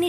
你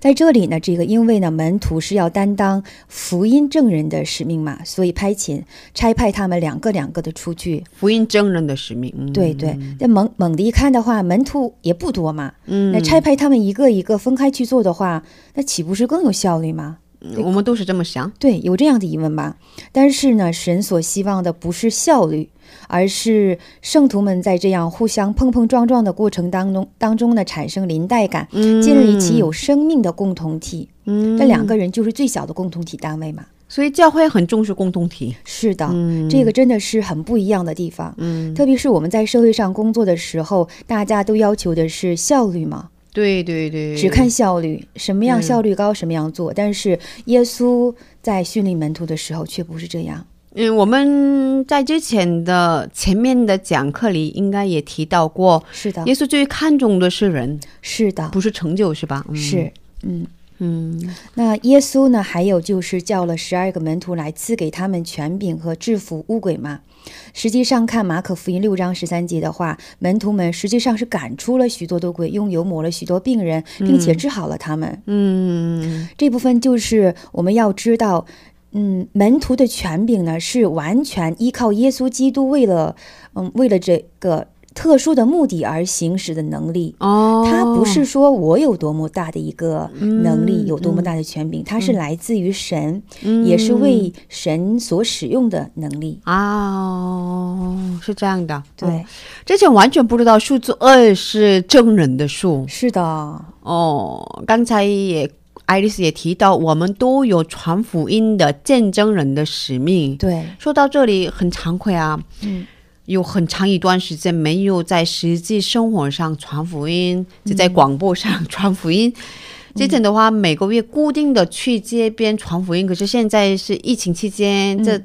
在这里呢，这个因为呢，门徒是要担当福音证人的使命嘛，所以派遣差派他们两个两个的出去。福音证人的使命。嗯、对对，那猛猛的一看的话，门徒也不多嘛，嗯，那差派他们一个一个分开去做的话，那岂不是更有效率吗？我们都是这么想。对，有这样的疑问吧。但是呢，神所希望的不是效率，而是圣徒们在这样互相碰碰撞撞的过程当中当中呢，产生临带感，建立起有生命的共同体。嗯，这两个人就是最小的共同体单位嘛。所以教会很重视共同体。啊是嗯的，这个真的是很不一样的地方。嗯，特别是我们在社会上工作的时候，大家都要求的是效率嘛。对对对，只看效率，什么样效率高，什么样做。但是耶稣在训练门徒的时候，却不是这样。嗯，我们在之前的前面的讲课里，应该也提到过，是的，耶稣最看重的是人，是的，不是成就，是吧？嗯、是，嗯。嗯，那耶稣呢？还有就是叫了十二个门徒来，赐给他们权柄和制服乌鬼嘛。实际上看马可福音六章十三节的话，门徒们实际上是赶出了许多的鬼，用油抹了许多病人，并且治好了他们。嗯，这部分就是我们要知道，嗯，门徒的权柄呢是完全依靠耶稣基督为了，嗯，为了这个。特殊的目的而行使的能力，哦，它不是说我有多么大的一个能嗯力，有多么大的权柄，它是来自于神，也是为神所使用的能力。啊、哦，是这样的。对，哦之前完全不知道数字二是证人的数是的，哦。刚才也爱丽丝也提到，我们都有传福音的见证人的使命。对，说到这里，很惭愧啊，嗯，有很长一段时间没有在实际生活上传福音，嗯只在广播上传福音。之前的话，每个月固定的去街边传福音，可是现在是疫情期间，这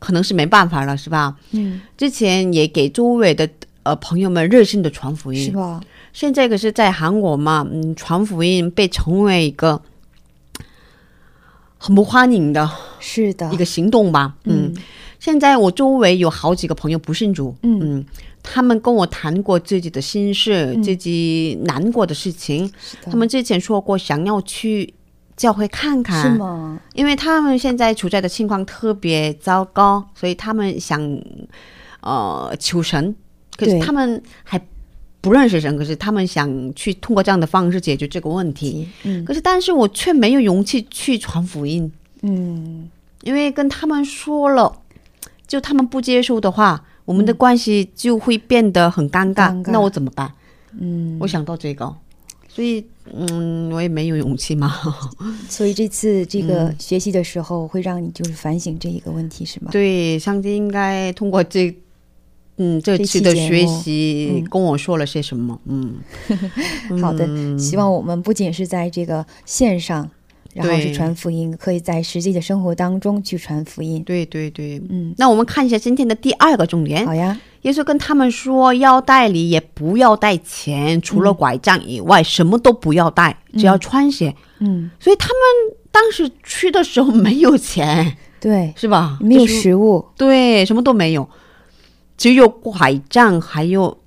可能是没办法了，是吧？嗯，之前也给周围的呃朋友们热心的传福是音，吧？现在可是在韩国嘛，嗯，传福音被成为一个很不欢迎的是的一，个行动吧，嗯嗯现在我周围有好几个朋友不信主，嗯，他们跟我谈过自己的心事，嗯自己难过的事情。是的他们之前说过想要去教会看看，是吗？因为他们现在处在的情况特别糟糕，所以他们想呃求神，可是对他们还不认识神，可是他们想去通过这样的方式解决这个问题。嗯可是，但是我却没有勇气去传福音。嗯，因为跟他们说了，就他们不接受的话，我们的关系就会变得很尴尬。尴尬那我怎么办？嗯，我想到这个，所以嗯，我也没有勇气嘛。所以这次这个嗯学习的时候，会让你就是反省这一个问题，是吗？对，上帝应该通过这。嗯，这次的这期节学目习嗯跟我说了些什么？嗯，好的，希望我们不仅是在这个线上，然后对是传福音，可以在实际的生活当中去传福音。对对对。嗯，那我们看一下今天的第二个重点好，呀，耶稣跟他们说，腰带里也不要带嗯钱，除了拐杖以外，什么都不要带，只要穿鞋。嗯，所以他们当时去的时候没有 钱，对，是吧？没有就是食物，对，什么都没有，只有拐杖，还有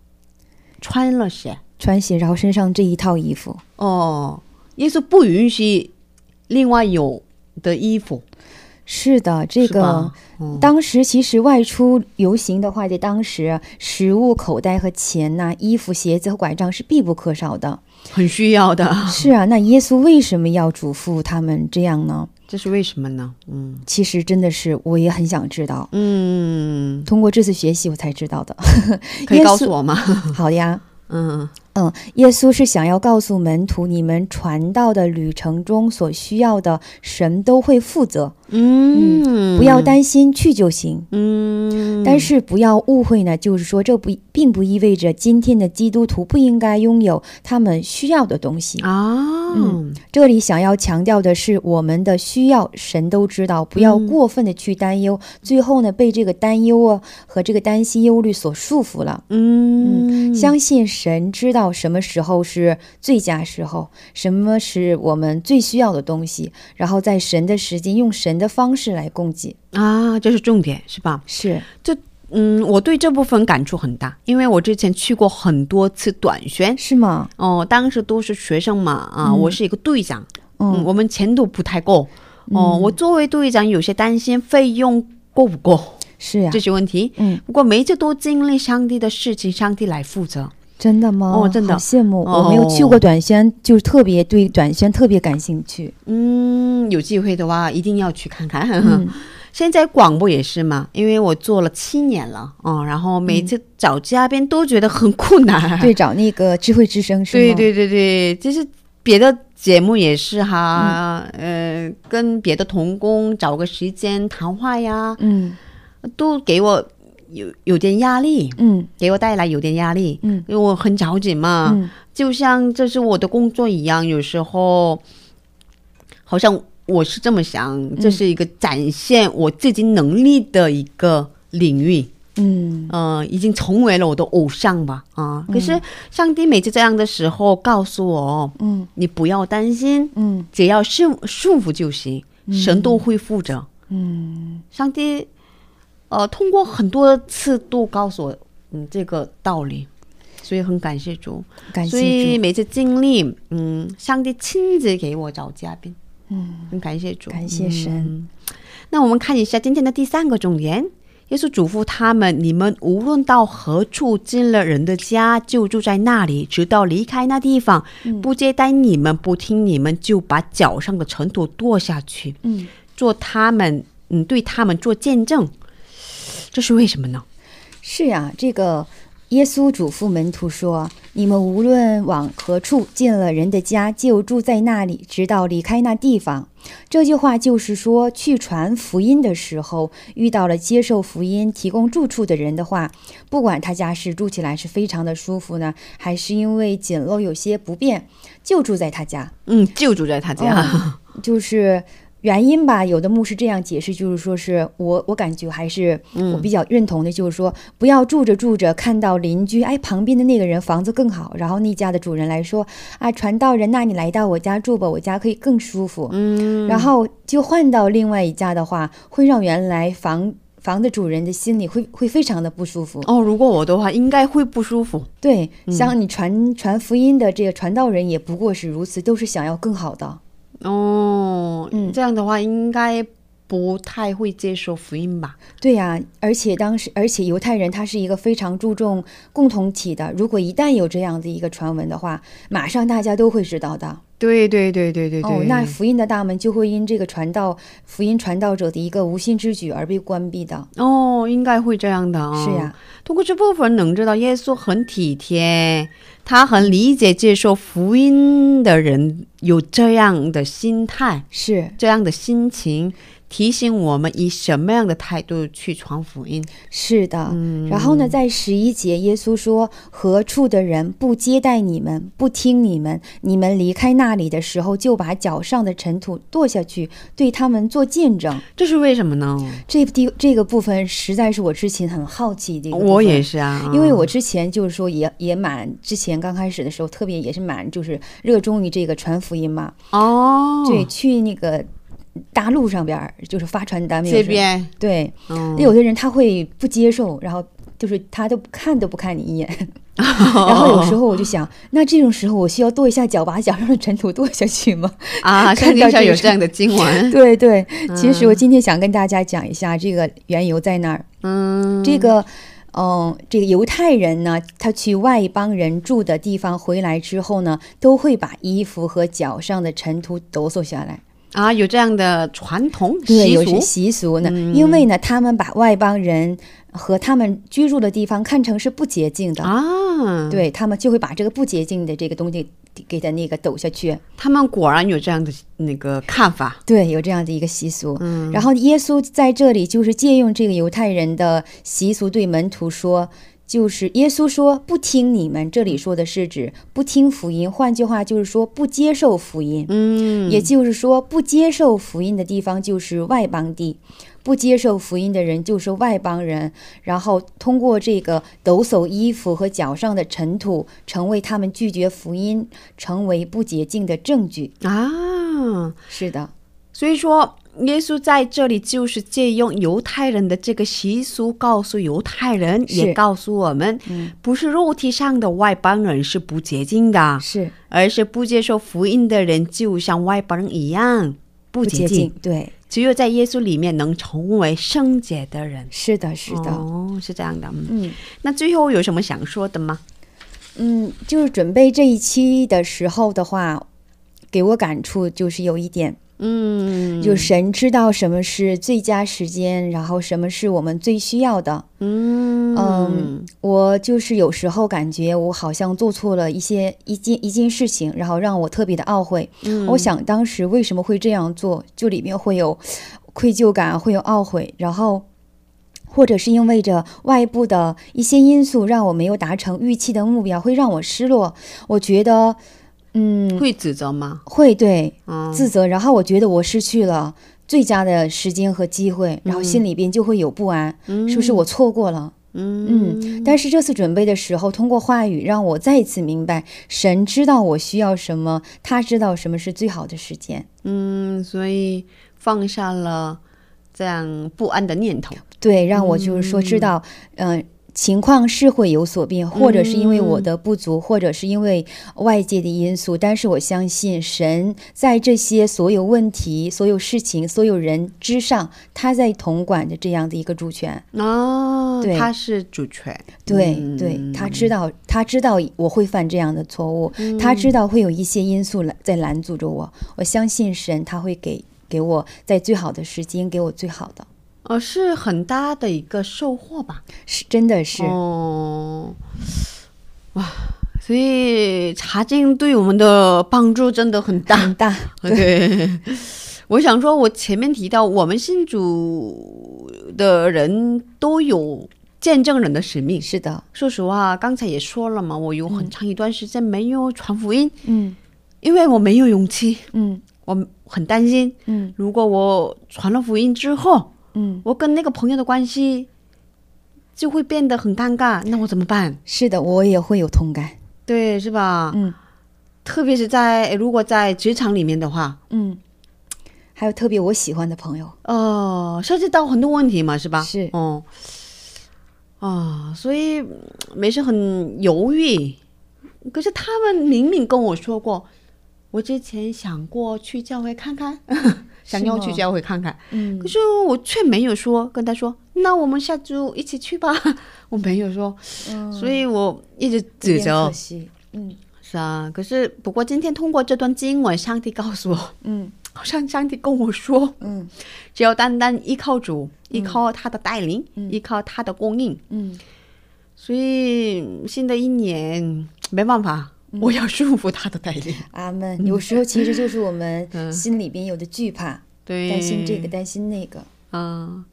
穿了鞋。穿鞋，然后身上这一套衣服，哦，耶稣不允许另外有的衣服，是的，这是个吧。嗯当时其实外出游行的话，在当时食物、口袋和钱呐、衣服、鞋子和拐杖是必不可少的。很需要的，是啊，那耶稣为什么要嘱咐他们这样呢？ 这是为什么呢？嗯其实真的是我也很想知道，嗯，通过这次学习我才知 道的。可以耶告稣诉我吗？好呀，嗯嗯，耶稣是想要告诉门徒，你们传道的旅程中所需要的，神都会负责，嗯，不要担心，去就行。嗯，但是不要误会呢，就是说这不并不意味着今天的基督徒不应该拥有他们需要的东西。啊，嗯这里想要强调的是，我们的需要神都知道，不要嗯过分的去担忧，最后呢被这个担忧啊和这个担心、忧虑所束缚了。嗯，相信神知道什么时候是最佳时候，什么是我们最需要的东西，然后在神的时间用神的方式来供给。啊，这是重点是吧？是，嗯，我对这部分感触很大，因为我之前去过很多次短宣，是吗？哦，当时都是学生嘛，啊，我是一个队长，嗯，嗯我们钱都不太够，哦，我作为队长有些担心费用够不够是呀、这些问题。嗯，不过每一次都经历上帝的事情，上帝来负责。真的吗？哦真的好羡慕，哦我没有去过短宣，就是特别对短宣特别感兴 趣。嗯，有机会的话一定要去看看。嗯 现在广播也是嘛，因为我做了七年了，嗯，然后每次找嘉宾都觉得很困难。对，找那个智慧之声是对吗？对对对，就是别的节目也是哈，呃，跟别的童工找个时间谈话呀，嗯都给我有有点压力，嗯给我带来有点压力，嗯因为我很着急嘛，嗯就像这是我的工作一样，有时候好像我是这么想，这是一个展现我自己能力的一个领域，嗯呃，已经成为了我的偶像吧，啊、可是上帝每次这样的时候告诉我，嗯你不要担心，嗯只要顺顺服就行，神都会负责。嗯，上帝，呃，通过很多次都告诉我，嗯，这个道理，所以很感谢主。感所以谢主，每次经历，嗯，上帝亲自给我找嘉宾，嗯，很感谢主，感谢嗯神。那我们看一下今天的第三个重点，耶稣嘱咐他们：你们无论到何处，进了人的家，就住在那里，直到离开那地方。嗯不接待你们，不听你们，就把脚上的尘土跺下去，嗯，做他们，嗯，对他们做见证。这是为什么呢？是呀、这个耶稣嘱咐门徒说：“你们无论往何处，进了人的家，就住在那里，直到离开那地方。”这句话就是说，去传福音的时候，遇到了接受福音、提供住处的人的话，不管他家是住起来是非常的舒服呢，还是因为简陋有些不便，就住在他家。嗯，就住在他家。嗯就是原因吧。有的牧师这样解释，就是说是我我感觉还是我比较认同的，就是说、不要住着住着看到邻居，哎，旁边的那个人房子更好，然后那家的主人来说啊，传道人，那你来到我家住吧，我家可以更舒服。嗯，然后就换到另外一家的话，会让原来房。房的主人的心里会会非常的不舒服，哦，如果我的话，应该会不舒服。对，像你传传福音的这个传道人也不过是如此，都是想要更好的，哦，嗯这样的话应该不太会接受福音吧？对呀、而且当时，而且犹太人他是一个非常注重共同体的。如果一旦有这样的一个传闻的话，马上大家都会知道的。对对对对对对。哦，那福音的大门就会因这个传道、福音传道者的一个无心之举而被关闭的。哦，应该会这样的、哦。是呀，通过这部分能知道耶稣很体贴，他很理解接受福音的人有这样的心态、是这样的心情，提醒我们以什么样的态度去传福音。是的。嗯然后呢，在十一节，耶稣说：“何处的人不接待你们，不听你们，你们离开那里的时候，就把脚上的尘土跺下去，对他们做见证。”这是为什么呢？这地这个部分实在是我之前很好奇的一个部分我也，是啊，因为我之前就是说也也蛮之前刚开始的时候特别也是蛮就是热衷于这个传福音嘛，哦，对，去那个大陆上边儿就是发传单，有这时候边对，嗯 有的人他会不接受，然后就是他都看都不看你一眼，哦然后有时候我就想，那这种时候我需要跺一下脚，把脚上的尘土跺下去吗？啊，看圣到经上这有个这样的经文， 对对，其实我今天想跟大家讲一下这个缘由在哪儿。嗯，这个，嗯，这个犹太人呢，他去外邦人住的地方回来之后呢，都会把衣服和脚上的尘土抖擞下来。啊，有这样的传统对，习有俗嗯是习俗呢，因为呢，他们把外邦人和他们居住的地方看成是不洁净的，啊，，对他们就会把这个不洁净的这个东西给它那个抖下去。他们果然有这样的那个看法。对，有这样的一个习俗。嗯，然后耶稣在这里就是借用这个犹太人的习俗对门徒说，就是耶稣说不听你们，这里说的是指不听福音，换句话就是说不接受福音。嗯，也就是说不接受福音的地方就是外邦地。不接受福音的人就是外邦人，然后通过这个抖擞衣服和脚上的尘土，成为他们拒绝福音、成为不洁净的证据。啊，是的，所以说耶稣在这里就是借用犹太人的这个习俗，告诉犹太人，是也告诉我们，嗯不是肉体上的外邦人是不洁净的，是而是不接受福音的人，就像外邦人一样不不洁净。，对，只有在耶稣里面能成为圣洁的人。是的，是的，哦，是这样的。嗯，嗯那最后有什么想说的吗？嗯，就是准备这一期的时候的话，给我感触就是有一点，嗯，就神知道什么是最佳时间，然后什么是我们最需要的。嗯嗯，我就是有时候感觉我好像做错了一些一件一件事情，然后让我特别的懊悔。嗯我想当时为什么会这样做，就里面会有愧疚感，会有懊悔，然后。或者是因为着外部的一些因素，让我没有达成预期的目标，会让我失落。我觉得，嗯，会指责吗？会对，嗯，自责，然后我觉得我失去了最佳的时间和机会，然后心里边就会有不安，是不是我错过了？嗯但是这次准备的时候，通过话语让我再一次明白，神知道我需要什么，他知道什么是最好的时间。嗯，所以放下了这样不安的念头。对，让我就是说知道，嗯、情况是会有所变，或者是因为我的嗯不足，或者是因为外界的因素，但是我相信神在这些所有问题、所有事情、所有人之上，他在统管着这样的一个主权。哦，对他是主权，对、嗯嗯对，他知道，他知道我会犯这样的错误，他知道会有一些因素来在拦阻着我。我相信神，他会给给我在最好的时间给我最好的，呃，是很大的一个收获吧？是真的是、哦，哇，所以查经对我们的帮助真的很大。很大。 对，我想说，我前面提到，我们信主的人都有见证人的使命。是的，说实话，刚才也说了嘛，我有很长一段时间没有传福音，嗯因为我没有勇气，嗯我很担心，嗯如果我传了福音之后，嗯。我跟那个朋友的关系就会变得很尴尬，那我怎么办？是的，我也会有同感。对，是吧？嗯特别是在如果在职场里面的话，嗯，还有特别我喜欢的朋友，呃，涉及到很多问题嘛，是吧？是哦、啊，所以嗯没事很犹豫。可是他们明明跟我说过，我之前想过去教会看 看，想要去吗教会看看，嗯可是我却没有说跟他说，那我们下周一起去吧。 我没有说，所以我一直指责嗯可。惜，嗯是啊，可是不过今天通过这段经文，上帝告诉我，嗯好像上帝跟我说，嗯只要单单依靠主，依靠他的带领，嗯依靠他的供应，嗯，所以新的一年没办法，嗯我要顺服他的带 领。阿门。有时候其实就是我们心里边有的惧怕，对，担心这个，担心那个。嗯，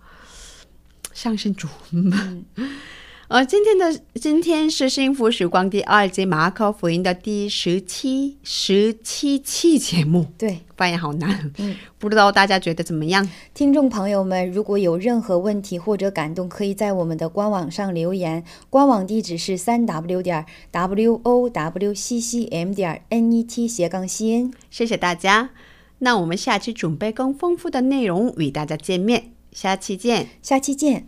上升主。嗯 呃，今天的今天是幸福时光第二季马可福音的第十七十七期节目，对，发音好难，嗯不知道大家觉得怎么样？听众朋友们，如果有任何问题或者感动，可以在我们的官网上留言，官网地址是三 w 点 w o w c c m 点 n e t 斜杠 c n。谢谢大家。那我们下期准备更丰富的内容与大家见面，下期见。下期见。